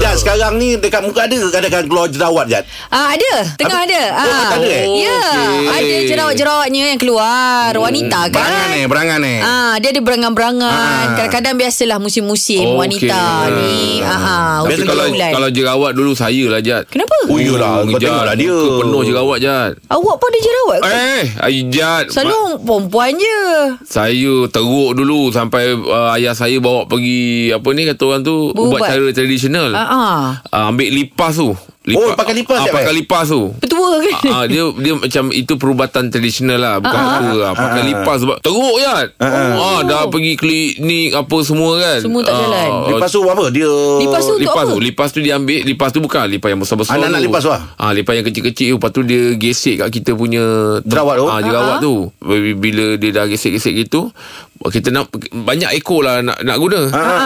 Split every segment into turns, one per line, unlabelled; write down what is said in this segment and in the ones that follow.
Jat, sekarang ni dekat muka ada ke kadang-kadang keluar jerawat, Jat?
Ah ada, tengah
Apa?
ada.
Oh,
ah.
ada eh?
Ya,
Okey.
ada jerawat-jerawatnya yang keluar wanita kan.
Berangan ni, berangan ni.
Ah, dia ada berangan-berangan.
Ah.
Kadang-kadang biasalah musim-musim
Okey.
wanita ni. Ah, ah,
Tapi
Biasa
kalau
bulan.
kalau jerawat dulu saya lah Jat.
Kenapa?
Oh, iyalah, kau
Jat,
tengoklah dia.
muka Penuh jerawat Jat.
Awak pun ada jerawat ke?
Eh, ay, Jat.
Selalu
Ma-
orang perempuan je.
saya teruk dulu sampai uh, ayah saya bawa pergi apa ni kata orang tu
Berubat.
ubat cara tradisional.
Ah, ah.
Uh, ambil lipas tu.
Oh, pakai lipas,
Ah,
Jat,
pakai
eh?
lipas tu.
Petua ke?
Ah, ah, dia dia macam itu perubatan tradisional lah bukan
Ah, Oh.
apa ah, pakai
Ah.
lipas sebab teruk kan. Ah, dah pergi klinik apa semua kan.
Semua tak
Ah,
jalan.
Lepas tu apa? Dia...
Lipas tu- Untuk
lipas
apa?
tu lipas tu dia ambil lipas tu bukan lipas yang besar-besar
Anak-anak
tu.
lipas tu ah?
ah lipas yang kecil-kecil tu lepas tu dia gesek kat kita punya tem-
Jerawat tu?
ah jerawat
Ah.
tu Bila- bila dia dah gesek-gesek gitu kita nak banyak ekor lah nak nak guna ha
Ah.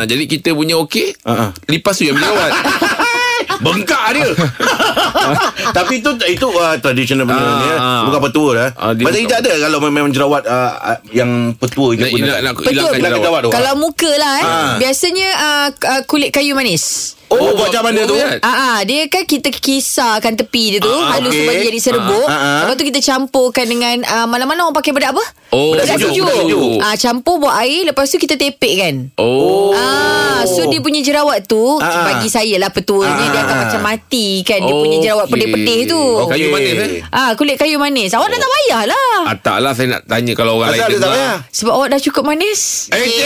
Ah, jadi kita punya okey
Ah.
lipas tu yang jerawat bengkak dia
Tapi itu itu uh, traditional punya
Ah,
ni. eh.
ah.
Bukan petua dah.
Ah, dia
Pasal
bukan-
Ijat ada kalau memang jerawat ah, ah, yang petua je
nak
guna.
nak, nak
Betul.
hilangkan
Hilangkan jerawat
jerawat
tu.
Kalau muka lah eh.
Ah.
Biasanya ah, k- ah, kulit kayu manis.
Oh, buat macam mana tu?
Buat.
Ah, ah, dia kan kita kisarkan tepi dia tu
Ah,
halus
okey.
okay. jadi serbuk.
Ah, ah, ah.
Lepas tu kita campurkan dengan ah, mana-mana orang pakai bedak apa?
Oh,
bedak
bedak sejuk.
sejuk, bedak sejuk.
Ah, campur buat air lepas tu kita tepek kan.
oh Ah,
Ah, so dia punya jerawat tu
ah.
bagi saya lah petuanya dia akan macam mati kan dia punya
Okey.
jerawat pedih-pedih tu.
Kayu
Okey.
manis eh?
Ah, kulit kayu manis. Awak dah tak payah lah.
Ah, taklah saya nak tanya kalau orang
Pasal dia
lain
tak ya? payah.
Sebab awak dah cukup manis.
Eh, cik!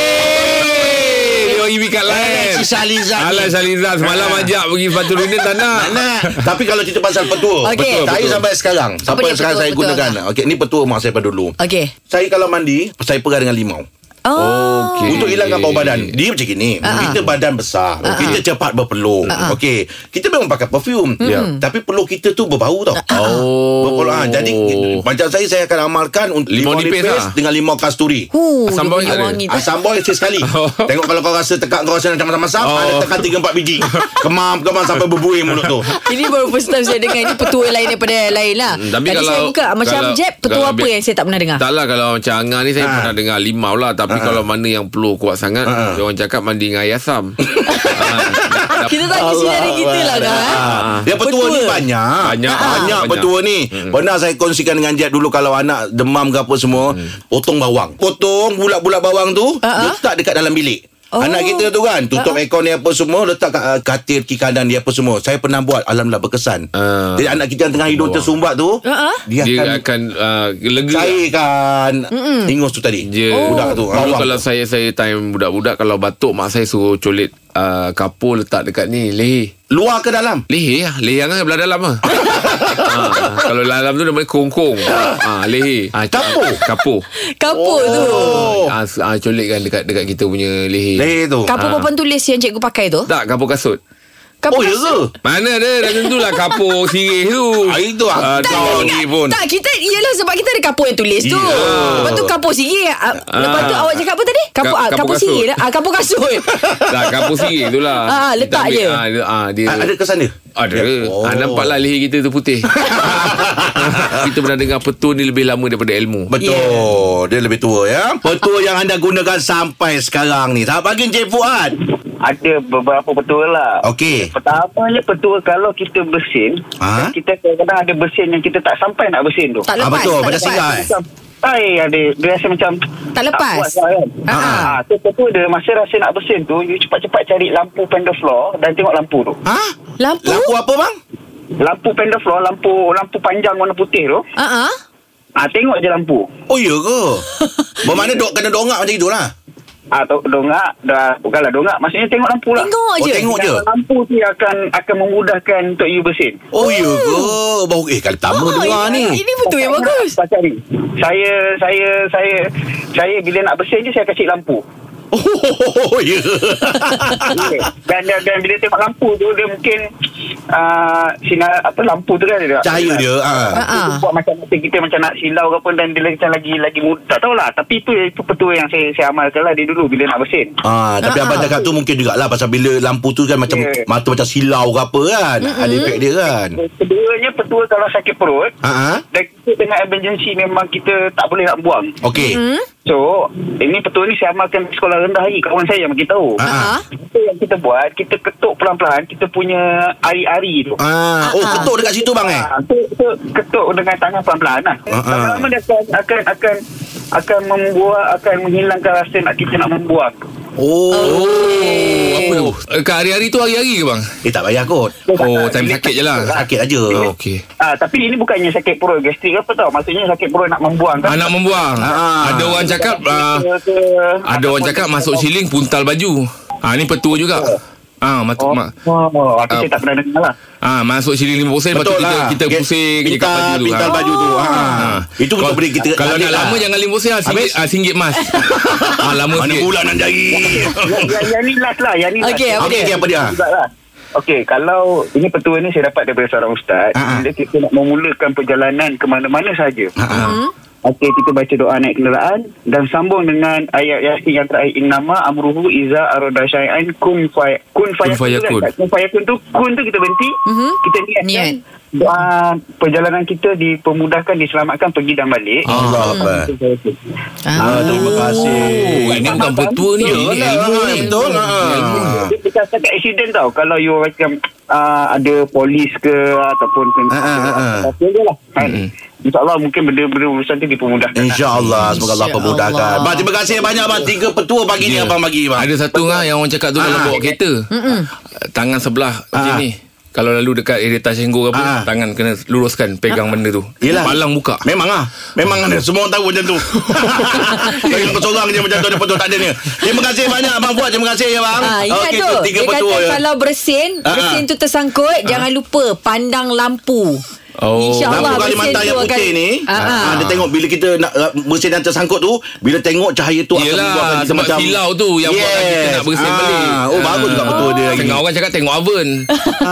Dia orang pergi kat lain.
Si Saliza ni.
Alah, Saliza. Semalam ajak pergi Fatu Dunia tak
Ah.
nak.
Tak nak. Tapi kalau cerita pasal petua.
Okey. Betul,
Saya
betul.
sampai sekarang. Sampai
dia
sekarang
petua,
saya
petua?
gunakan. Okey, ni petua mak saya pada dulu.
Okey.
Saya kalau mandi, saya pegang dengan limau.
Oh.
Okey. Ah,
Untuk hilangkan bau badan Dia macam gini Kita badan besar Kita cepat berpeluh Okey Kita memang pakai perfume
Hmm.
Ya. Tapi peluh kita tu berbau tau
Oh.
Berpeluh ah, Jadi Macam saya Saya akan amalkan untuk
Limau
Limau
nipis
nipis
lah.
Dengan limau kasturi Ah,
Huh,
Asam
dia
bawang
punya
tak ada?
wangi tak-
Asam boil sekali Tengok kalau kau rasa tekak Kau rasa macam masam-masam
Oh.
Ada tekan 3-4 biji Kemam-kemam sampai berbuih mulut tu
Ini baru first time saya dengar Ini petua lain daripada lain lah
Hmm, tapi
Tadi
kalau-
saya buka Macam
kalau-
Jeb Petua
kalau
apa
bi-
yang saya tak pernah dengar
Tak lah kalau macam Angah ni Saya
Ah.
pernah dengar limau lah Tapi kalau mana yang peluh kuat sangat
Ah.
Dia orang cakap mandi dengan air asam Ah, dah-
Kita tak kisi dari kita lah dah eh.
Ah. Dia petua,
Petua.
ni banyak. Ah,
Banyak.
Banyak, banyak
Banyak.
petua ni. Hmm. Pernah saya kongsikan dengan Jad dulu kalau anak demam ke apa semua,
Hmm.
potong bawang. Potong bulat-bulat bawang tu
Ah, ah.
letak dekat dalam bilik.
Oh. Ha,
Anak kita tu kan Tutup aircon dia apa semua Letak kat uh, katil kiri kanan dia apa semua Saya pernah buat Alhamdulillah berkesan
Ah.
Jadi anak kita yang tengah hidung
Bawang.
tersumbat tu
Ah, ah.
Dia,
Dia
akan
akan ah, Lega
Cairkan Ingus tu tadi
Dia
Oh. Budak tu
Dulu
bawang.
kalau saya Saya time budak-budak Kalau batuk Mak saya suruh colit ah, Kapur letak dekat ni Leher
Luar ke dalam
Leher lah Leher kan belah dalam lah ha, Kalau dalam tu namanya kongkong ha, Leher ha,
Kapur?
Kapur
Kapur tu
Oh
ha, ha, Colik kan dekat, dekat kita punya leher
Leher tu
Kapur papan tulis Yang cikgu pakai tu
Tak kapur kasut
Oh
Kapur
ya ke
Mana ada Dah tentulah kapur sirih tu
Ah, Itu aku
Ah,
tahu ni pun
tak, kita Yelah sebab kita ada kapur yang tulis tu
Ya.
Lepas tu kapur sirih ah, Lepas tu
Ah.
awak cakap apa tadi? Kapur,
Ka-
ah,
kapur
kapur
kasut.
sirih lah. ah, Kapur kasut
Tak kapur sirih tu lah
Ah, letak
Kita
je.
ambil, ah, ah, dia,
Ah, Ada kesan dia
Ada.
Oh.
Oh. Ha, nampaklah leher kita tu putih. kita pernah dengar petua ni lebih lama daripada ilmu.
Betul yeah. Dia lebih tua ya Petua yang anda gunakan sampai sekarang ni Selamat pagi Encik Fuad
Ada beberapa petua lah.
Okey
Pertamanya petua kalau kita bersin,
Ha?
kita kadang-kadang ada bersin yang kita tak sampai nak bersin tu.
Tak
Ah,
lepas
betul,
tak
pada
lepas.
singgah, eh?
Sampai ada dia rasa macam
Tak lepas.
Tak kuat lah kan.
Ah, ah.
Ah, tu petua dia masa rasa nak bersin tu, you cepat-cepat cari lampu pendaflor dan tengok lampu tu.
Ha?
Lampu?
Lampu apa bang?
Lampu pendaflor, lampu lampu panjang warna putih tu.
Ah, ah.
Ah, tengok je lampu.
Oh iya ke? Bermakna dok kena dongak macam itulah
Ah, tu, dongak, dah bukanlah dongak, maksudnya tengok lampu lah.
Tengok
Oh,
je
tengok je
Lampu tu yang akan akan memudahkan untuk you bersin.
Oh iya ke? Baru eh kali pertama
Ah,
dengar
ini,
ni
Ini betul
Ah,
yang bagus
Pak Cari. Saya saya saya saya bila nak bersin je saya akan cik lampu.
Oh ya
Okey. dan, dan dan bila tengok lampu tu dia mungkin uh, sinar apa lampu tu kan dia.
Cahaya dia ha.
Ah, ah.
Buat macam macam kita macam nak silau ke apa dan dia macam lagi lagi muda. Tak tahulah tapi itu itu petua yang saya saya amalkan lah dia dulu bila nak bersin.
Ah, tapi
Ah,
abang
ah.
cakap tu mungkin jugalah pasal bila lampu tu kan macam
Ya.
mata macam silau ke apa kan. Ada efek dia kan.
Keduanya petua kalau sakit perut
Ha ah.
dan kita dengan emergency memang kita tak boleh nak buang.
Okey.
So Ini petua ni saya amalkan di sekolah rendah lagi Kawan saya yang beritahu
Ah.
Ah.
Apa yang kita buat Kita ketuk pelan-pelan Kita punya ari-ari tu
Ah, oh
Ah.
ketuk dekat situ bang eh.
Ah, tu, tu ketuk dengan tangan pelan-pelan lah.
Ah, ah.
Lama-lama dia akan akan akan akan membuat akan menghilangkan rasa nak kita nak membuang. tu.
Oh,
Apa tu? Eh, Kak hari-hari tu hari-hari ke bang?
eh tak payah kot. Ah,
Oh, time sakit je lah.
Sakit aja.
Oh, Okey.
Ah, tapi ini bukannya sakit perut gastrik apa tau. Maksudnya sakit perut nak membuang kan.
Anak membuang.
Ah.
Ada orang cakap ah, ada orang cakap masuk siling puntal baju. Ah ni petua juga. Ah masuk
Oh,
mak.
oh, aku
Ah.
saya tak pernah dengar lah.
Ah masuk siling 5% lepas tu
Betul
kita
lah.
kita pusing je
pintal,
kat baju tu.
Pintal
Ah.
baju tu. Ha.
Ah.
Itu betul
Kalau-
boleh kita
Kalau nak
lah.
lama jangan 5% ah singgit ah singgit mas. ah lama
Mana
sikit.
pula nak cari.
yang, yang, yang Ya, ni last lah. Yang ni last.
Okey,
Okey, okey, apa dia?
Juga lah. Okey, kalau ini petua ni saya dapat daripada seorang ustaz,
Ah, ah.
bila kita nak memulakan perjalanan ke mana-mana saja.
Ha, ha.
Hmm.
Okey, kita baca doa naik kenderaan dan sambung dengan ayat yasin yang terakhir innama amruhu iza arada syai'an kun fay kun
fayakun.
fayakun. Kan? Kun fayakun tu kun tu kita berhenti,
Mhm.
kita niatkan
Niat.
doa perjalanan kita dipermudahkan, diselamatkan pergi dan balik.
Allah Akbar. Ah, terima kasih.
Oh, ini bukan petua ni.
Yalah,
Ini ilmu ni.
Oh, Betul. Ha.
Dia bukan setakat accident tau Kalau you macam uh, Ada polis ke Ataupun
Ah, ah, ah, ah.
Apa je lah kan? InsyaAllah mungkin benda-benda urusan tu dipermudahkan
Eh. InsyaAllah Semoga Allah
Insya
permudahkan
Allah.
Bang terima kasih banyak bang Tiga petua pagi ni
Ya.
Abang bagi bang
Ada satu ngah yang orang cakap tu kalau
Ah.
bawa kereta. Tangan sebelah macam
Ah.
ni. Kalau lalu dekat area Tashengo ke apa,
Ah.
tangan kena luruskan pegang benda tu.
Yelah.
Palang buka.
Memang ah Memang ada Semua orang tahu macam tu Bagi kau seorang je macam tu Ada petua tak ada ni Terima kasih banyak Abang buat Terima kasih ya bang
Ha, ingat
Okey,
tu
Tiga
Dia
petua
kata
ya.
kalau bersin
Ah, ah.
Bersin tu tersangkut Jangan lupa Pandang lampu
Oh.
InsyaAllah
Lampu Kalimantan yang putih ni
ha, ha.
ah, Dia tengok bila kita nak uh, Mesin yang tersangkut tu Bila tengok cahaya tu akan
Yelah,
membuatkan kita
sebab
macam
silau tu yang buatkan kita nak bersin balik.
Oh bagus juga petua dia Ah. lagi
Ah. Tengok orang cakap tengok oven.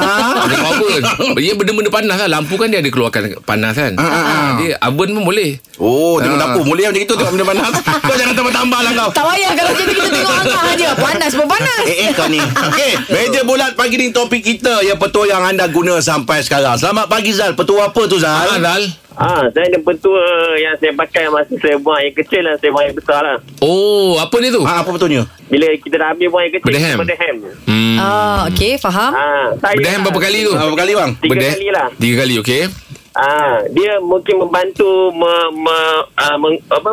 tengok oven. Ya benda-benda panas lah. Lampu kan dia ada keluarkan panas kan.
Ah,
Dia oven pun boleh.
Oh tengok
Ah.
dapur Boleh macam itu Tengok benda panas Kau jangan tambah-tambah lah kau
Tak payah kalau macam tu Kita tengok angah je Panas pun panas
Eh eh kau ni Okey Meja bulat pagi ni topik kita Yang petua yang anda guna sampai sekarang Selamat pagi Zal Petua apa tu
Ah,
Zal?
Dal.
Ah, saya ada petua yang saya pakai masa saya buang air kecil dan saya buang air besar lah.
Oh, apa dia tu?
Ah, apa petuanya?
Bila kita dah habis buang air kecil,
Berdehem.
kita berdehem.
Hmm.
Ah, Okey faham
Ah, saya
Berdehem berapa kali tu?
Ah, Berapa kali bang?
Tiga
Berdehem-
kali lah.
Tiga kali, okey.
Ah, dia mungkin membantu me, me, ah, meng, apa,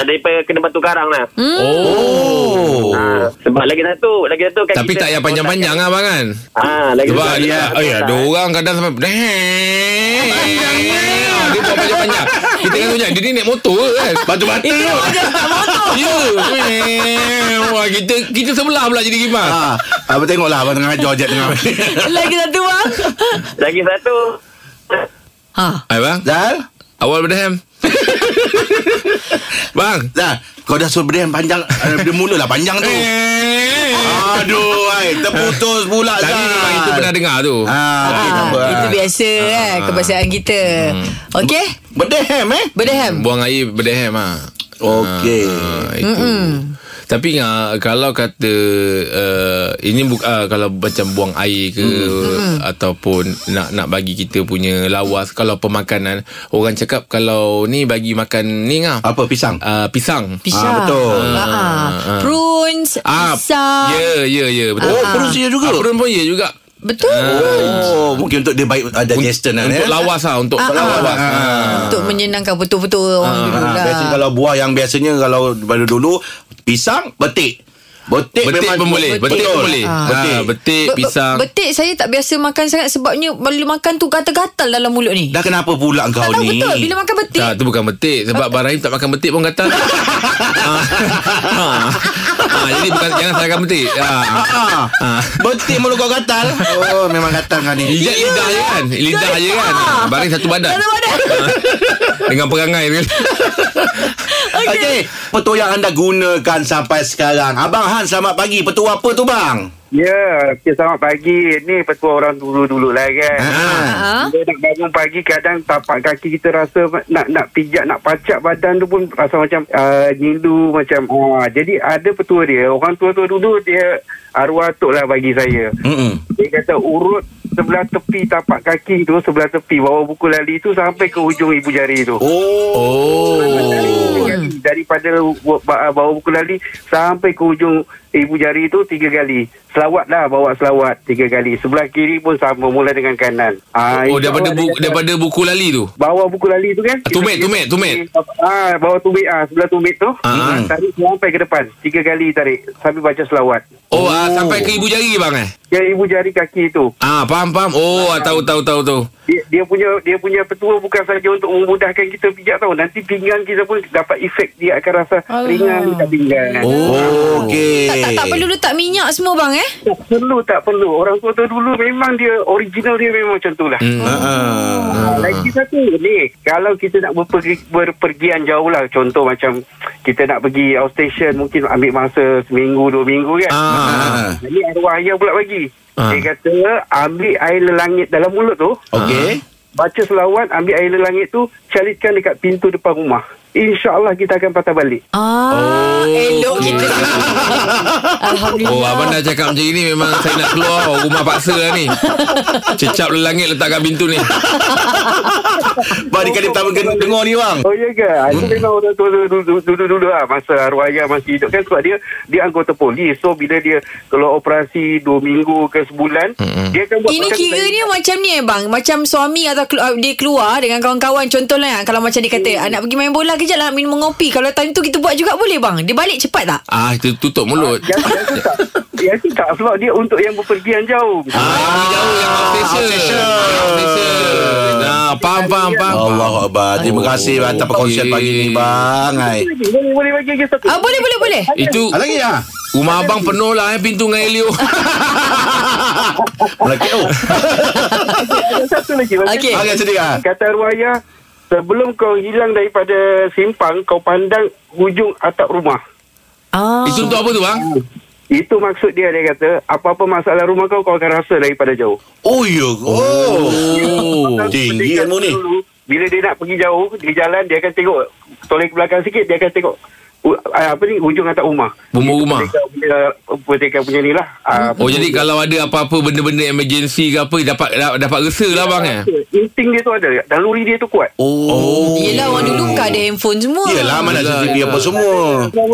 daripada kena batu karang lah. Hmm?
Oh.
Ah, sebab lagi satu, lagi satu kaki
Tapi
kita
tak payah panjang-panjang lah bang kan?
Ah, lagi
Sebab
satu-
dia, oh ya, ada orang kadang sampai berdehem. Ah, Dia buat panjang-panjang. Kita kan tunjuk, dia ni naik motor ke kan?
Batu-batu
Ya. berdehem. Wah, kita kita sebelah pula jadi kipas.
Ah, abang tengoklah abang tengah hajar jet tengah.
Lagi satu bang
Lagi satu,
Ha
Hai bang
Zal,
Awal berdehem Bang
Zal, kau dah suruh beri yang panjang, eh, dia mulalah panjang tu. Aduh, ai, terputus pula Zal.
Eh. Tadi memang itu pernah dengar tu
Ah, okey, tak
Ah,
apa.
Itu biasa eh Kebiasaan kita
Hmm.
Okey
Berdehem eh?
Berdehem
Buang air berdehem ah.
Okey.
Ah, itu. Tapi ah, kalau kata uh, ini buka uh, kalau macam buang air ke ataupun nak nak bagi kita punya lawas kalau pemakanan orang cakap kalau ni bagi makan ni ngah
Apa pisang?
uh, pisang.
Pisang
betul.
Ah, ah. Prunes
Ah,
Pisang
Ya, ya, ya, betul.
Oh, perut dia juga?
Ah, perut pun ya juga.
Betul
Oh, mungkin untuk dia baik ada digestion lah. eh.
Untuk lawas lah Untuk
Ah, ah.
lawas ah.
Untuk menyenangkan betul-betul orang dulu
Ah,
lah
biasanya kalau buah yang biasanya kalau pada dulu pisang, betik. Betik,
Betik
memang
pun boleh Betik pun
Betul.
boleh
Ah.
Betik,
Betik.
betik
Be- be-
pisang
Betik saya tak biasa makan sangat Sebabnya bila makan tu gatal-gatal dalam mulut ni
Dah kenapa pula kau
Tak tahu
ni?
betul Bila makan betik
tak, Ah, tu bukan betik Sebab Abang Rahim tak makan betik pun kata ah. Ah. Ah, Jadi bukan, jangan salahkan betik ah.
Ah,
Ah.
betik mulut kau gatal. Oh, memang gatal kau ni.
Lidah,
Ya,
lidah je kan Lidah je kan
Ah.
Barang satu badan
Dalam badan
Dengan perangai tu.
Okey, okay. petua yang anda gunakan sampai sekarang. Abang Han, selamat pagi. Petua apa tu, bang?
Ya, yeah, okay, selamat pagi. Ni petua orang dulu-dulu lah kan.
Ha.
Ah.
Bila nak bangun pagi kadang tapak kaki kita rasa nak nak pijak nak pacak badan tu pun rasa macam uh, nyindu macam uh, jadi ada petua dia orang tua-tua dulu dia arwah atuk lah bagi saya
Mm-mm.
dia kata urut sebelah tepi tapak kaki tu sebelah tepi bawah buku lali tu sampai ke ujung ibu jari tu
Oh.
Oh
Dia kata,
kali daripada wa- ba- ah, bawah buku lali sampai ke ujung ibu jari tu tiga kali. Selawat lah bawa selawat tiga kali. Sebelah kiri pun sama mula dengan kanan. Ah,
Oh daripada buku,
insyaAllah dia kata-
daripada buku lali tu.
bawah buku lali tu kan
Ah, tumit, tumit, tumit.
ah bawah tumit ah sebelah tumit tu
Ah.
ah. tarik sampai ke depan tiga kali tarik sambil baca selawat
Oh,
Oh.
ah, sampai ke ibu jari bang eh.
yang ibu jari kaki tu
Ah faham faham. Oh ah, tahu tahu tahu tahu.
dia, dia punya dia punya petua bukan saja untuk memudahkan kita pijak tau nanti pinggang kita pun dapat efek dia akan rasa
Alah.
ringan kat pinggang
Oh, okey.
Tak, tak, tak perlu letak minyak semua bang eh
tak perlu tak perlu orang tua tu dulu memang dia original dia memang macam tu lah
Hmm.
Ha, ha.
Ah, Lagi satu ni Kalau kita nak berpergi, berpergian jauh lah Contoh macam Kita nak pergi outstation Mungkin ambil masa Seminggu dua minggu kan
Ah.
ah. Ini arwah ayah pula bagi
Ah.
Dia kata Ambil air lelangit dalam mulut tu
Okey.
Baca selawat Ambil air lelangit tu Calitkan dekat pintu depan rumah InsyaAllah kita akan patah balik
Ah, oh, elok kita. Alhamdulillah.
Oh abang dah cakap macam ini memang saya nak keluar rumah paksa lah ni. Cecap lelangit letak kat pintu ni.
Bang, ni kali pertama kena dengar ni bang.
Oh ya ke? Itu
Hmm.
memang orang tua dulu-dulu lah masa arwah ayah masih hidup kan sebab dia dia anggota polis. So bila dia kalau operasi 2 minggu ke sebulan, dia akan buat
Ini
macam
kiranya macam ni eh bang Macam suami atau kelu- ah, dia keluar Dengan kawan-kawan Contohlah eh, Kalau macam dia kata
Hmm.
ah, Nak pergi main bola kejap lah Minum kopi Kalau time tu kita buat juga boleh bang Dia balik cepat tak?
Ah itu tutup mulut.
Yang, yang tu tak. Yang tu tak sebab dia untuk yang berpergian jauh.
Ah, jauh yang outstation. Outstation. Nah, faham faham faham.
Allah Akbar. Terima
Oh.
kasih bang atas perkongsian
Okey.
pagi ni bang. Hai.
Lagi, Boleh boleh bagi lagi satu.
Ah, boleh boleh boleh
Itu
Ah, lagi ya?
rumah abang penuh lah eh pintu dengan Elio.
Lagi oh.
Ada satu lagi. bagi.
Okey.
Okey sedih ah.
Kata arwah ayah, sebelum kau hilang daripada simpang, kau pandang hujung atap rumah.
ah.
Itu untuk apa tu bang?
Itu maksud dia dia kata apa-apa masalah rumah kau kau akan rasa daripada jauh.
Oh ya. Oh.
Oh.
Tinggi ilmu ni.
Dulu, Bila dia nak pergi jauh, dia jalan, dia akan tengok toleh ke belakang sikit, dia akan tengok uh, apa ni hujung atap rumah.
Bumbung rumah.
Pendekar punya, pendekar punya ni lah. Uh,
Oh jadi kalau ada apa-apa benda-benda emergency ke apa dapat dapat resa lah bang eh.
Insting dia tu ada Naluri dia tu kuat
Oh.
Yelah orang dulu bukan ada handphone semua
Yelah mana
Yelah,
CCTV apa
yelah.
semua.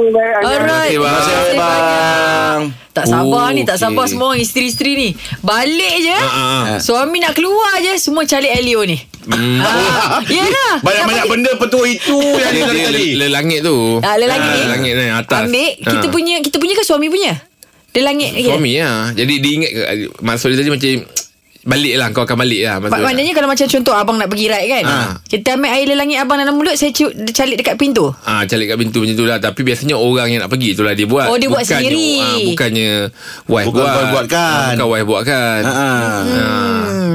Alright
Terima kasih,
Terima kasih bang.
Tak sabar
Oh,
oh, ni Tak
okey.
sabar semua orang Isteri-isteri ni Balik je
Ha, ha, ha.
Suami nak keluar je Semua calik Elio ni
Hmm.
ah, Yelah
Banyak-banyak benda petua itu yang
Dia,
dia
dia
tadi.
le- lelangit tu.
Ah, lelangit
Ah,
ni.
Lelangit ni atas.
Ambil Kita
Ah.
punya Kita punya ke suami punya Dia langit eh, ke?
Suami lah Jadi dia ingat Maksud dia tadi macam Balik lah Kau akan balik lah
Mak-
maksud
Maknanya kalau macam contoh Abang nak pergi ride kan
Ah.
Kita ambil air lelangit abang dalam mulut Saya cium, dia calik dekat pintu
Ah, calik kat pintu macam tu lah Tapi biasanya orang yang nak pergi Itulah dia buat
Oh, dia buat sendiri.
ah, Bukannya Wife
Bukan
buat
wife buatkan.
ah, Bukan wife buatkan
Ha. ah.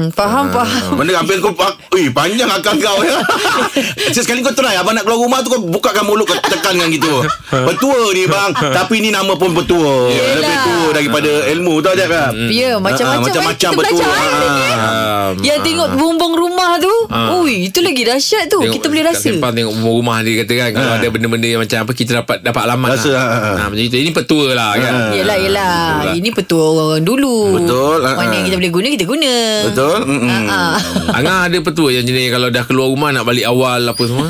Hmm, faham,
Ah.
faham
Benda hampir kau Eh panjang akal kau ya. Sekali kau try Abang nak keluar rumah tu Kau bukakan mulut Kau tekan dengan gitu Petua ni bang Tapi ni nama pun petua
Yelah.
Lebih tua daripada ilmu Tahu tak kan
Ya, macam-macam
Ah,
kan?
Macam-macam
Kita
petua
belajar, kan?
Ah.
Ah,
Yang Ya, tengok bumbung rumah tu
Ah.
Ui, itu lagi dahsyat tu Ya, Kita boleh
kat
rasa
Sempang tengok rumah, rumah dia kata kan Kalau
Ah.
ada benda-benda yang macam apa Kita dapat dapat alamat
Rasa,
lah.
ah, ah.
Ah, Macam itu Ini petua lah kan
Ha.
Yelah, yelah
Betul lah.
Ini petua orang-orang dulu
Betul, ah,
Mana yang
ah.
kita boleh guna, kita guna
Betul Hmm. Mm-mm.
Ah, ah.
Angah ada petua yang jenis Kalau dah keluar rumah Nak balik awal apa semua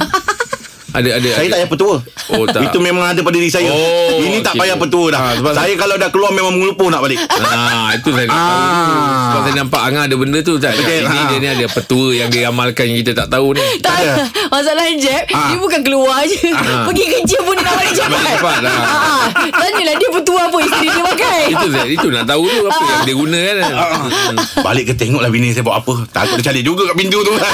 Ada ada
Saya
ada.
tak payah petua
Oh, tak.
Itu memang ada pada diri saya
Oh,
Ini tak
okey.
payah petua dah
Ah, sebab
Saya kalau dah keluar Memang mengelupuh nak balik
Ah, itu saya nak tahu.
Ah.
Sebab saya nampak Angah ada benda tu tak.
Betul,
Ini
ah.
dia ni ada petua yang dia amalkan yang kita tak tahu ni.
Tak, masalah Jeb
Ah.
Dia bukan keluar je Pergi kerja pun dia nak balik cepat
Balik cepat lah.
Ah, Tanyalah dia petua apa Isteri dia pakai
Itu saya itu nak tahu tu apa yang dia guna kan.
Ah. Hmm. Balik ke tengoklah bini saya buat apa Takut dia cari juga kat pintu tu kan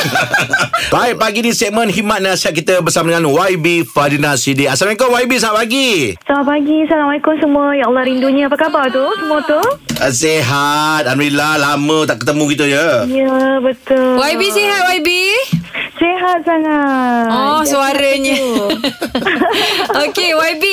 Baik pagi ni segmen Himat Nasihat kita bersama dengan YB Fadina Sidi Assalamualaikum YB selamat pagi
Selamat pagi. Assalamualaikum semua. Ya Allah rindunya. Apa khabar tu? Semua tu?
Uh, Sehat Alhamdulillah lama tak ketemu kita ya
Ya, betul.
YB sihat YB
Sehat sangat.
Oh
Ya,
suaranya
betul.
Okey YB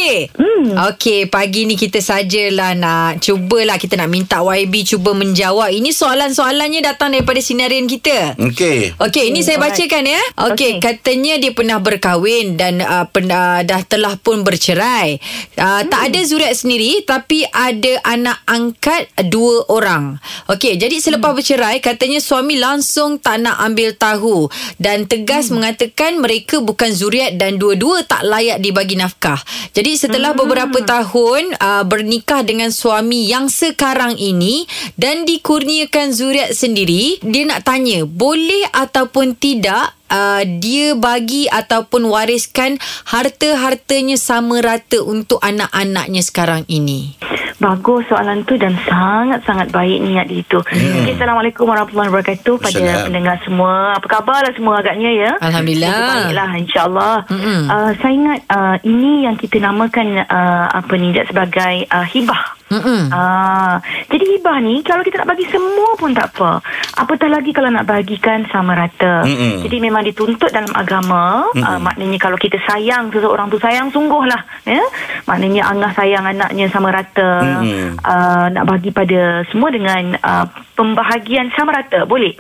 Okey pagi ni kita sajalah nak Cubalah kita nak minta YB Cuba menjawab Ini soalan-soalannya datang daripada sinarian kita
Okey
Okey, ini
Okey,
saya
alright.
bacakan ya. Okey, okay.
Okey.
katanya dia pernah berkahwin dan uh, pernah, dah telah pun bercerai. Uh, hmm. Tak ada zuriat sendiri tapi ada anak angkat dua Hmm. orang. Okey, jadi selepas bercerai katanya suami langsung tak nak ambil tahu dan tegas mengatakan mereka bukan zuriat dan dua-dua tak layak dibagi nafkah. Jadi setelah beberapa tahun uh, bernikah dengan suami yang sekarang ini dan dikurniakan zuriat sendiri, dia nak tanya boleh ataupun tidak uh, dia bagi ataupun wariskan harta-hartanya sama rata untuk anak-anaknya sekarang ini.
Bagus soalan tu dan sangat-sangat baik niat dia itu. Okay, Assalamualaikum warahmatullahi wabarakatuh pada
Assalam.
pendengar semua. Apa khabar lah semua agaknya ya?
Alhamdulillah.
Semoga Baiklah lah, insyaAllah.
Mm-mm.
Uh, saya ingat uh, ini yang kita namakan uh, apa ni Jad, sebagai uh, hibah.
Mm-mm.
Ah, jadi hibah ni kalau kita nak bagi semua pun tak apa. Apatah lagi kalau nak bagikan sama rata.
Mm-mm.
Jadi memang dituntut dalam agama, ah, maknanya kalau kita sayang seseorang tu sayang sungguhlah, ya. Maknanya angah sayang anaknya sama rata.
Mm-mm.
Ah, nak bagi pada semua dengan ah, pembahagian sama rata, boleh.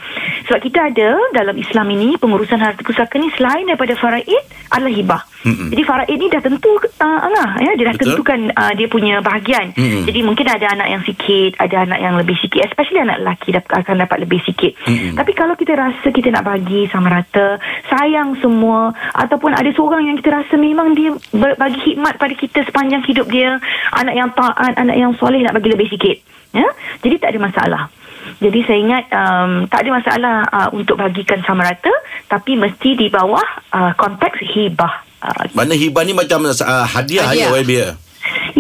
Sebab kita ada dalam Islam ini pengurusan harta pusaka ni selain daripada faraid adalah hibah.
Mm-mm.
Jadi faraid ni dah tentu uh, angah ya, dia dah
Betul.
tentukan uh, dia punya bahagian.
Mm-mm.
Jadi mungkin ada anak yang sikit, ada anak yang lebih sikit, especially anak lelaki dap- akan dapat lebih sikit.
Mm-mm.
Tapi kalau kita rasa kita nak bagi sama rata, sayang semua ataupun ada seorang yang kita rasa memang dia ber- bagi khidmat pada kita sepanjang hidup dia, anak yang taat, anak yang soleh nak bagi lebih sikit. Ya? Jadi tak ada masalah. Jadi saya ingat um, tak ada masalah uh, untuk bagikan sama rata tapi mesti di bawah uh, konteks hibah. Uh,
Mana hibah ni macam uh, hadiah, hadiah.
Hadiah.
ya YB ya?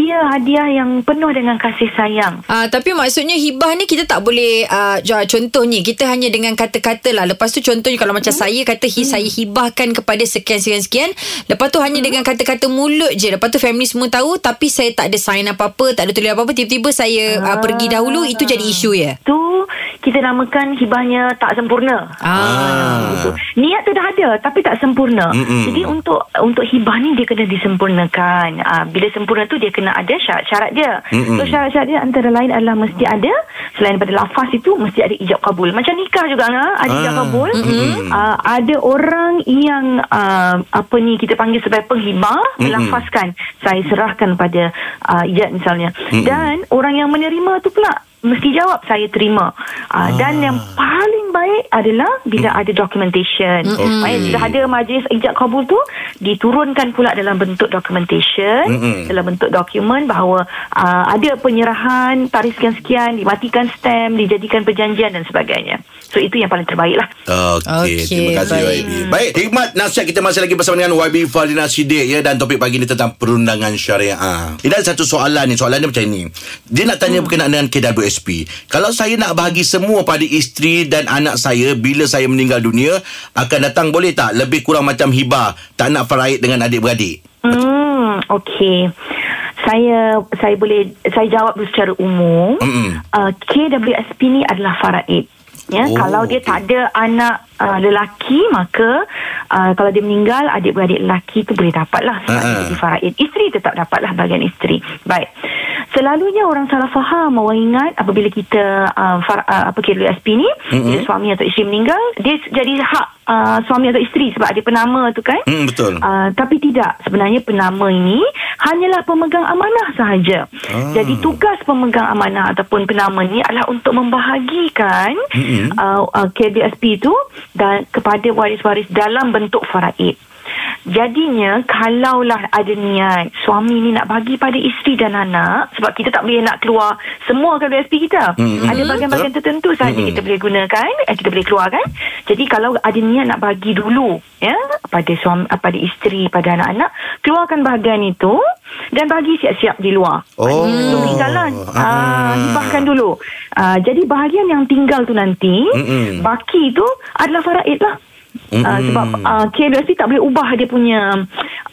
ya hadiah yang penuh dengan kasih sayang.
Ah, tapi maksudnya hibah ni kita tak boleh ah, ja- contohnya kita hanya dengan kata-kata lah. Lepas tu contohnya kalau macam saya kata hi, saya hibahkan kepada sekian-sekian-sekian. Lepas tu hanya dengan kata-kata mulut je. Lepas tu family semua tahu tapi saya tak ada sign apa-apa, tak ada tulis apa-apa. Tiba-tiba saya ah. pergi dahulu itu jadi isu ya.
Tu kita namakan hibahnya tak sempurna.
Ah.
Niat tu dah ada tapi tak sempurna.
Mm-mm.
Jadi untuk untuk hibah ni dia kena disempurnakan. Ah bila sempurna tu dia kena ada syarat-syarat dia.
Mm-mm.
So syarat-syarat dia antara lain adalah mesti ada selain daripada lafaz itu mesti ada ijab kabul. Macam nikah juga ngah, ada ijab
Ah,
kabul.
mm-mm.
Ah, ada orang yang ah, apa ni kita panggil sebagai penghibah
Mm-mm.
melafazkan saya serahkan pada ah, ijab misalnya. Dan orang yang menerima tu pula mesti jawab saya terima. Ah, dan yang paling baik adalah bila ada documentation.
Mm-mm.
Maksudnya
Mm. Okey.
sudah ada majlis ijab kabul tu diturunkan pula dalam bentuk documentation,
Mm-mm.
dalam bentuk dokumen bahawa uh, ada penyerahan tarikh sekian-sekian, dimatikan stem, dijadikan perjanjian dan sebagainya. So itu yang paling terbaik lah.
Okey, okay,
Okey,
terima kasih
baik.
baik. YB. Baik, hikmat nasihat kita masih lagi bersama dengan YB Fadina Siddiq ya dan topik pagi ni tentang perundangan syariah. Ini ada satu soalan ni, soalan dia macam ni. Dia nak tanya berkenaan dengan KWSP. Kalau saya nak bagi semua pada isteri dan anak saya bila saya meninggal dunia, akan datang boleh tak? Lebih kurang macam hibah, tak nak faraid dengan adik-beradik.
Hmm, okey. Saya saya boleh saya jawab dulu secara umum.
Mm-mm.
Uh, KWSP ni adalah faraid. Ya,
Oh,
oh, kalau dia
okey.
tak ada anak uh, lelaki maka uh, kalau dia meninggal adik-beradik lelaki tu boleh dapatlah sebab
Ha-ha.
dia jadi faraid. Isteri tetap dapatlah bahagian isteri. Baik. Selalunya orang salah faham orang ingat apabila kita uh, far, uh, apa KWSP ni
Mm-mm.
bila suami atau isteri meninggal dia jadi hak uh, suami atau isteri sebab ada penama tu kan.
Hmm, betul.
Uh, tapi tidak sebenarnya penama ini hanyalah pemegang amanah sahaja.
Ah.
Jadi tugas pemegang amanah ataupun penama ni adalah untuk membahagikan
Mm-mm.
uh, uh, KBSP itu dan kepada waris-waris dalam bentuk faraid. Jadinya kalaulah ada niat suami ni nak bagi pada isteri dan anak sebab kita tak boleh nak keluar semua KBSP kita.
Mm-mm.
Ada bahagian-bahagian
Betul.
tertentu sahaja
Mm-mm.
kita boleh gunakan eh, kita boleh keluarkan jadi kalau ada niat nak bagi dulu ya pada suami eh, pada isteri pada anak-anak keluarkan bahagian itu dan bagi siap-siap di luar
Oh.
Sebelum tinggal lah
Ah.
ah. Hibahkan dulu ah, Jadi bahagian yang tinggal tu nanti
Mm-mm.
Baki tu adalah faraid lah Uh,
Mm-mm.
sebab uh, KWSP tak boleh ubah dia punya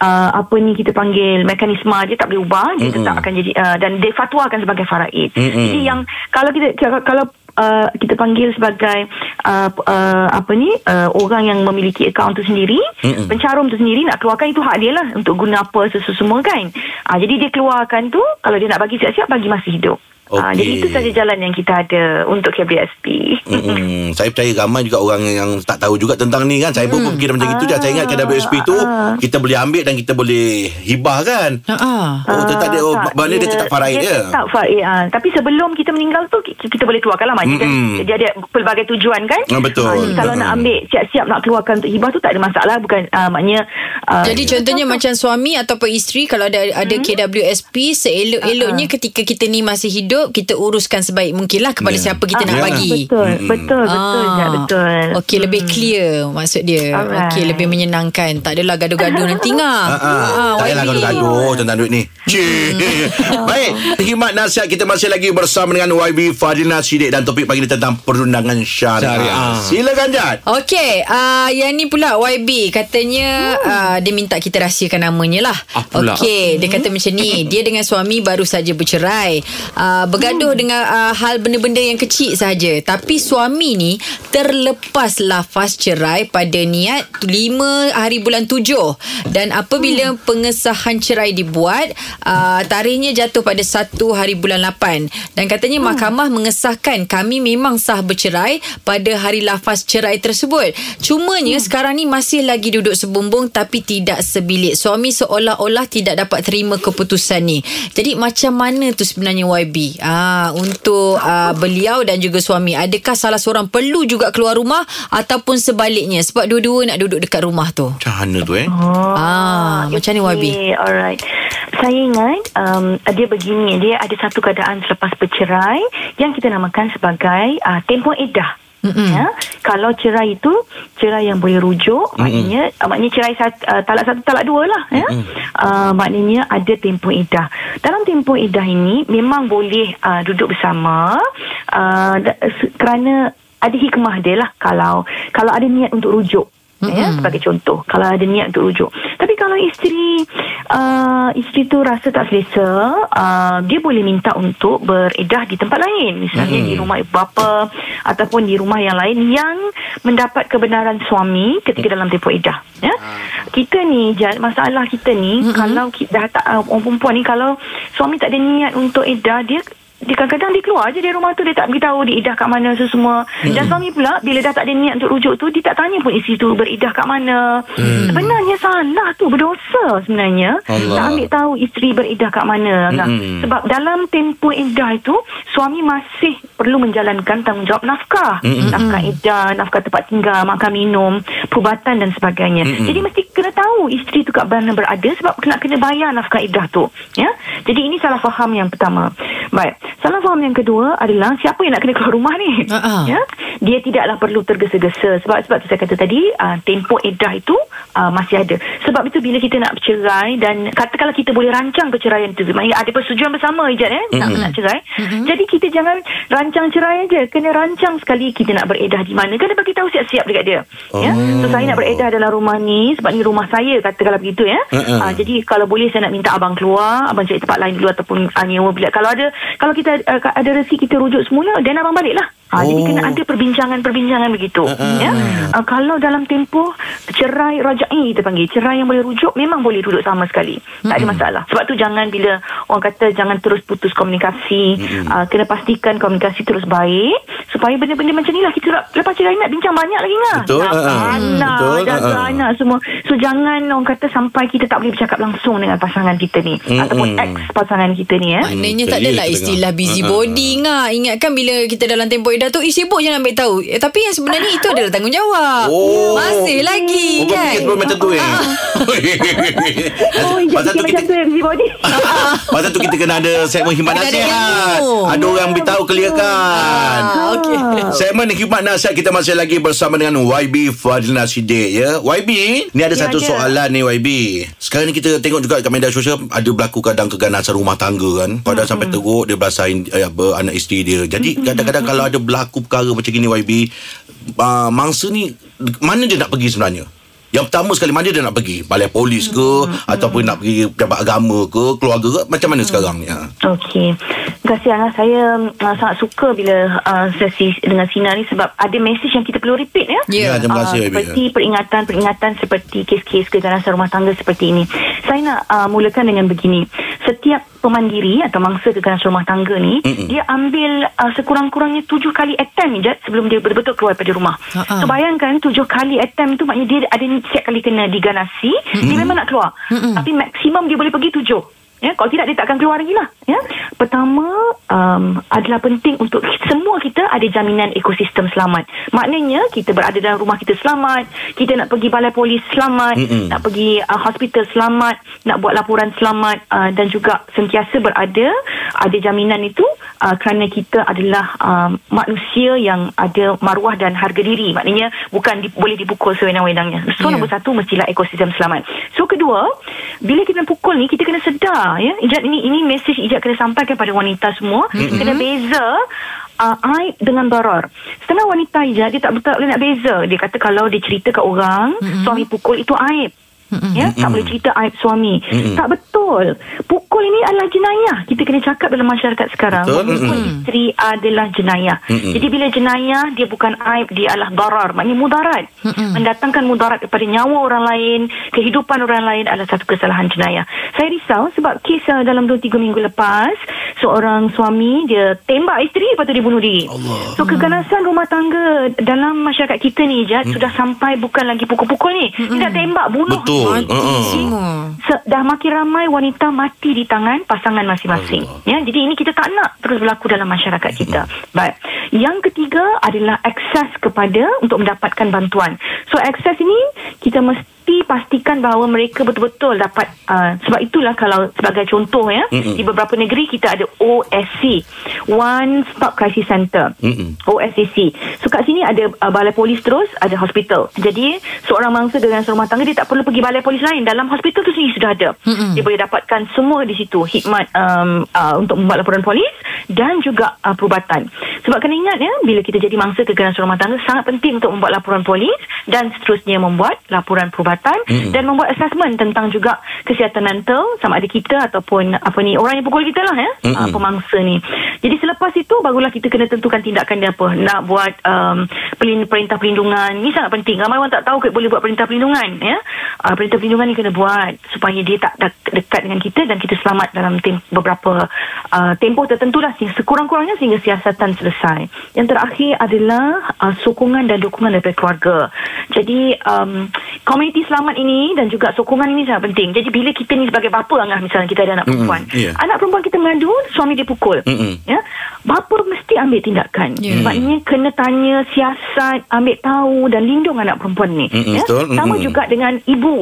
uh, apa ni kita panggil mekanisme dia tak boleh ubah dia
Mm-mm.
tetap akan jadi uh, dan dia fatwakan sebagai faraid.
Mm-mm.
Jadi yang kalau kita kalau uh, kita panggil sebagai uh, uh, apa ni uh, orang yang memiliki akaun tu sendiri,
Mm-mm.
pencarum tu sendiri nak keluarkan itu hak dia lah Ah, untuk guna apa sesuatu semua kan. Uh, jadi dia keluarkan tu kalau dia nak bagi siap-siap bagi masa hidup. Okay. jadi
Okey. Mm.
itu saja jalan yang kita ada untuk KBSP.
Mm-mm. Saya percaya ramai juga orang yang tak tahu juga tentang ni kan. Saya pun fikir macam itu je. Saya ingat KWSP tu kita boleh ambil dan kita boleh hibah kan.
Ha.
Oh, tetap dia oh,
Ah, tak,
mana dia tetap faraid
dia?
dia.
Tetap faraid. Ha. Tapi sebelum kita meninggal tu ki- kita boleh keluarkan lah Mak. Dia,
Mm-mm.
dia ada pelbagai tujuan kan?
Ah, betul.
Ah, jadi kalau
Mm.
nak ambil siap-siap nak keluarkan untuk hibah tu tak ada masalah bukan uh, maknanya ah,
Jadi contohnya macam suami ataupun isteri kalau ada ada KWSP seelok-eloknya ketika kita ni masih hidup kita uruskan sebaik mungkinlah kepada
Ya.
siapa kita
ah,
nak
Ya.
bagi.
Betul, betul, betul,
Ah.
Jad, betul. Hmm.
Okey lebih clear maksud dia.
Alright.
Okey lebih menyenangkan. Tak adalah gaduh-gaduh nanti ngah. Ah,
Ha, ha. tak payahlah
YB.
gaduh-gaduh tentang duit ni. Cik. Baik, khidmat nasihat kita masih lagi bersama dengan YB Fadina Siddiq dan topik pagi ni tentang perundangan syariah.
Syariah.
Silakan Jad.
Okey, uh, yang ni pula YB katanya hmm. uh, dia minta kita rahsiakan namanya lah.
Ah, pula.
Okey, dia kata macam ni, dia dengan suami baru saja bercerai. Uh, bergaduh hmm. dengan uh, hal benda-benda yang kecil saja. Tapi suami ni terlepas lafaz cerai pada niat 5 hari bulan 7 dan apabila hmm. pengesahan cerai dibuat, uh, tarikhnya jatuh pada 1 hari bulan 8 dan katanya hmm. mahkamah mengesahkan kami memang sah bercerai pada hari lafaz cerai tersebut. Cumanya hmm. sekarang ni masih lagi duduk sebumbung tapi tidak sebilik. Suami seolah-olah tidak dapat terima keputusan ni. Jadi macam mana tu sebenarnya YB? Ah untuk ah, beliau dan juga suami adakah salah seorang perlu juga keluar rumah ataupun sebaliknya sebab dua-dua nak duduk dekat rumah tu?
Macam mana tu eh?
Oh,
Ah, macam ni, Wabi?
alright. Saya ingat um, dia begini, dia ada satu keadaan selepas bercerai yang kita namakan sebagai uh, tempoh edah.
Mm-mm.
Ya, kalau cerai itu cerai yang boleh rujuk, maknanya uh, maknanya cerai sat, uh, talak satu talak dua lah ya. Uh, maknanya ada tempoh edah. Dalam tempoh edah ini memang boleh uh, duduk bersama uh, da- se- kerana ada hikmah dia lah kalau kalau ada niat untuk rujuk ya sebagai contoh kalau ada niat untuk rujuk tapi kalau isteri uh, isteri tu rasa tak selesa uh, dia boleh minta untuk beredah di tempat lain misalnya di rumah ibu bapa ataupun di rumah yang lain yang mendapat kebenaran suami ketika dalam tempoh edah ya kita ni Jad, masalah kita ni kalau kita dah tak uh, orang perempuan ni kalau suami tak ada niat untuk edah dia dia kadang-kadang dia keluar je dari rumah tu dia tak beritahu dia idah kat mana tu semua hmm. dan suami pula bila dah tak ada niat untuk rujuk tu dia tak tanya pun isteri tu beridah kat mana hmm. sebenarnya salah tu berdosa sebenarnya
Allah.
tak ambil tahu isteri beridah kat mana hmm.
Mm-mm.
sebab dalam tempoh idah itu suami masih perlu menjalankan tanggungjawab nafkah
Mm-mm.
nafkah idah nafkah tempat tinggal makan minum perubatan dan sebagainya
Mm-mm.
jadi mesti kena tahu isteri tu kat mana berada sebab kena kena bayar nafkah idah tu ya jadi ini salah faham yang pertama baik salah faham yang kedua adalah siapa yang nak kena keluar rumah ni
Ha-ha.
ya dia tidaklah perlu tergesa-gesa sebab sebab tu saya kata tadi uh, tempoh edah itu uh, masih ada sebab itu bila kita nak bercerai dan katakanlah kita boleh rancang perceraian itu maknanya ada persetujuan bersama ijat eh nak nak cerai jadi kita jangan rancang cerai aja kena rancang sekali kita nak beredah di mana kena bagi tahu siap-siap dekat dia ya so saya nak beredah dalam rumah ni sebab ni rumah saya katakanlah begitu ya
Mm-mm.
Ah, jadi kalau boleh saya nak minta abang keluar abang cari tempat lain dulu ataupun uh, nyewa bilik kalau ada kalau kita uh, ada rezeki kita rujuk semula dan abang baliklah Ha, oh. Jadi
Oh. Ah,
kena ada perbincangan-perbincangan begitu. Uh-uh. Ya? Uh, kalau dalam tempoh cerai rajai kita panggil, cerai yang boleh rujuk memang boleh duduk sama sekali. Tak
Hmm.
ada masalah. Sebab tu jangan bila orang kata jangan terus putus komunikasi,
Hmm.
uh, kena pastikan komunikasi terus baik supaya benda-benda macam ni lah kita lep- lepas cerai nak bincang banyak lagi ngah.
Betul,
Nak
uh-uh.
anak,
Betul,
jaga
uh-uh.
anak semua. So jangan orang kata sampai kita tak boleh bercakap langsung dengan pasangan kita ni ataupun ex pasangan kita ni ya.
Maknanya
Hmm, Ha,
tak adalah
saya kita
istilah
dengar.
busy body ngah. Ingatkan bila kita dalam tempoh edah tu, eh sibuk je nak ambil tahu. Eh, tapi yang sebenarnya itu adalah tanggungjawab.
Oh.
Masih
Oh, kau
lagi kan.
fikir sebelum macam tu eh.
Oh,
Pasal
jadi
tu kita
macam tu busy body.
Pasal tu kita kena ada segmen khidmat
Ada
nasihat.
ilmu.
Ada orang beritahu kan. clearkan.
Ah, okey.
Oh.
Segmen khidmat nasihat kita masih lagi bersama dengan YB Fadlina Siddiq ya. YB, ni ada
Ya,
satu
ada.
soalan ni YB. Sekarang ni kita tengok juga kat media sosial ada berlaku kadang keganasan rumah tangga kan. Kadang sampai teruk dia berasa eh, apa anak isteri dia. Jadi kadang-kadang kalau ada berlaku perkara macam gini YB, uh, mangsa ni mana dia nak pergi sebenarnya? Yang pertama sekali mana dia nak pergi? Balai polis ke ataupun nak pergi pejabat agama ke, keluarga ke? Macam mana sekarang ni? Ha.
Okey. Kasihan lah saya uh, sangat suka bila uh, sesi dengan Sina ni sebab ada mesej yang kita perlu repeat ya.
Ya.
Ya, terima kasih YB.
Ah, seperti peringatan-peringatan seperti kes-kes keganasan rumah tangga seperti ini. Saya nak uh, mulakan dengan ah, begini. Setiap pemandiri atau mangsa kekanan rumah tangga ni
Mm-mm.
Mm-mm. dia ambil uh, sekurang-kurangnya tujuh kali attempt ni Jad, sebelum dia betul-betul keluar daripada rumah.
Ha-ha.
So bayangkan tujuh kali attempt tu maknanya dia ada ni setiap kali kena diganasi mm-hmm. dia memang nak keluar. Mm-hmm. Tapi maksimum dia boleh pergi tujuh. Ya, kalau tidak dia tak akan keluar lagi lah. Ya. Pertama um, adalah penting untuk semua kita ada jaminan ekosistem selamat. Maknanya kita berada dalam rumah kita selamat, kita nak pergi balai polis selamat,
Mm-mm.
Mm-mm. nak pergi uh, hospital selamat, nak buat laporan selamat uh, dan juga sentiasa berada ada jaminan itu uh, kerana kita adalah um, manusia yang ada maruah dan harga diri. Maknanya bukan di, boleh dipukul sewenang-wenangnya.
Ya.
So yeah. nombor satu mestilah ekosistem selamat. So kedua, bila kita pukul ni kita kena sedar ya. Ijat ini ini mesej Ijat kena sampaikan pada wanita semua, mm-hmm. kena beza uh, aib dengan barar. Setengah wanita Ijat dia tak betul tak boleh nak beza. Dia kata kalau dia cerita kat orang, mm-hmm. suami pukul itu aib. Mm-hmm. Ya, tak boleh cerita aib suami.
Mm-mm.
Mm-hmm. Tak betul. Pukul ini adalah jenayah. Kita kena cakap dalam masyarakat sekarang.
Betul.
Memukul
Mm-mm.
isteri adalah jenayah.
Mm-mm.
Jadi bila jenayah dia bukan aib, dia adalah darar. Maknanya mudarat. Mm-mm. Mendatangkan mudarat kepada nyawa orang lain, kehidupan orang lain adalah satu kesalahan jenayah. Saya risau sebab kes uh, dalam 2 3 minggu lepas seorang suami dia tembak isteri lepas tu dia bunuh diri. Allah. So keganasan rumah tangga dalam masyarakat kita ni Jad
Mm.
sudah sampai bukan lagi pukul-pukul ni. Mm-mm. Dia dah tembak bunuh.
Betul.
Mati
Uh-uh.
semua.
Se- dah makin ramai wanita mati di tangan pasangan masing-masing. Ya, jadi ini kita tak nak terus berlaku dalam masyarakat kita. Baik. Yang ketiga adalah akses kepada untuk mendapatkan bantuan. So akses ini kita mesti pastikan bahawa mereka betul-betul dapat uh, sebab itulah kalau sebagai contoh ya
Mm-mm.
di beberapa negeri kita ada OSC One Stop Crisis Center.
Mm-mm.
OSCC. So kat sini ada uh, balai polis terus, ada hospital. Jadi seorang mangsa dengan rumah tangga dia tak perlu pergi balai polis lain. Dalam hospital tu sendiri sudah ada. Mm-hmm. Dia boleh dapatkan semua di situ. Khidmat um, uh, untuk membuat laporan polis dan juga uh, perubatan. Sebab kena ingat ya, bila kita jadi mangsa keganasan rumah tangga sangat penting untuk membuat laporan polis dan seterusnya membuat laporan perubatan
Mm-mm.
mm-hmm. dan membuat assessment tentang juga kesihatan mental sama ada kita ataupun apa ni orang yang pukul kita lah ya,
Mm-mm.
mm-hmm. uh, pemangsa ni. Jadi selepas itu barulah kita kena tentukan tindakan dia apa. Nak buat um, pelin- perintah perlindungan. Ini sangat penting. Ramai orang tak tahu ke boleh buat perintah perlindungan ya. Uh, perintah perlindungan ni kena buat supaya dia tak dek- dekat dengan kita dan kita selamat dalam tem- beberapa uh, tempoh tertentu lah se- sekurang-kurangnya sehingga siasatan selesai. Yang terakhir adalah uh, sokongan dan dukungan daripada keluarga. Jadi um, komuniti selamat ini dan juga sokongan ini sangat penting. Jadi bila kita ni sebagai bapa Angah misalnya kita ada anak perempuan.
ya.
Anak perempuan kita mengadu suami dia pukul.
Mm-mm.
Ya. Bapa mesti ambil tindakan.
Ya.
Hmm.
Yeah. Maknanya kena tanya siasat, ambil tahu dan lindung anak perempuan ni.
Mm-mm,
ya.
Hmm, betul.
Sama
Mm-mm.
juga dengan ibu.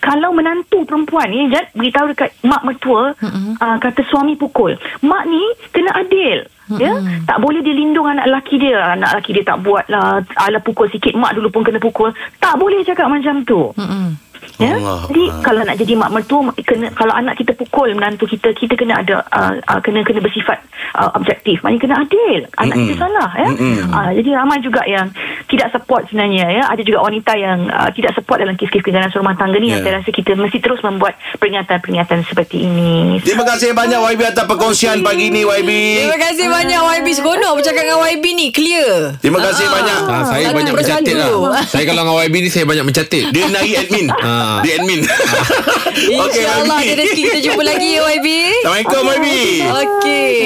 Kalau menantu perempuan ni, Jad, beritahu dekat mak mertua, uh, kata suami pukul. Mak ni kena adil. Ya, tak boleh dia lindung anak lelaki dia. Anak lelaki dia tak buat lah, ala pukul sikit, mak dulu pun kena pukul. Tak boleh cakap macam tu.
Mm-mm.
Ya?
Allah.
Jadi kalau nak jadi mak mertua kena kalau anak kita pukul menantu kita kita kena ada uh, uh, kena kena bersifat uh, objektif. Maknanya kena adil. Anak
Mm-mm.
kita salah ya.
Mm-mm.
Uh, jadi ramai juga yang tidak support sebenarnya ya. Ada juga wanita yang uh, tidak support dalam kes-kes keganasan rumah tangga ni
Ya.
yang saya rasa kita mesti terus membuat peringatan-peringatan seperti ini.
Terima kasih banyak YB atas perkongsian pagi ni YB.
Terima kasih banyak YB Seronok bercakap dengan YB ni Clear
Terima kasih banyak.
Ah, saya
Lagu
banyak
berlagu.
mencatat lah. saya kalau dengan YB ni saya banyak mencatat.
Dia nari admin.
Ah.
Dia admin. Okey
InsyaAllah ada rezeki kita jumpa lagi ya YB
Assalamualaikum YB.
Okey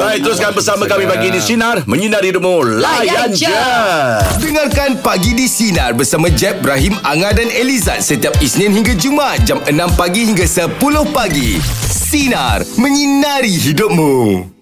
Baik, teruskan bersama kami pagi di Sinar Menyinari Demo Layan
Layan je.
Je
Dengarkan Pagi di Sinar bersama Jeb, Ibrahim, Anga dan Elizad setiap Isnin hingga Jumaat jam 6 pagi hingga 10 pagi. Sinar. Menyinari hidupmu.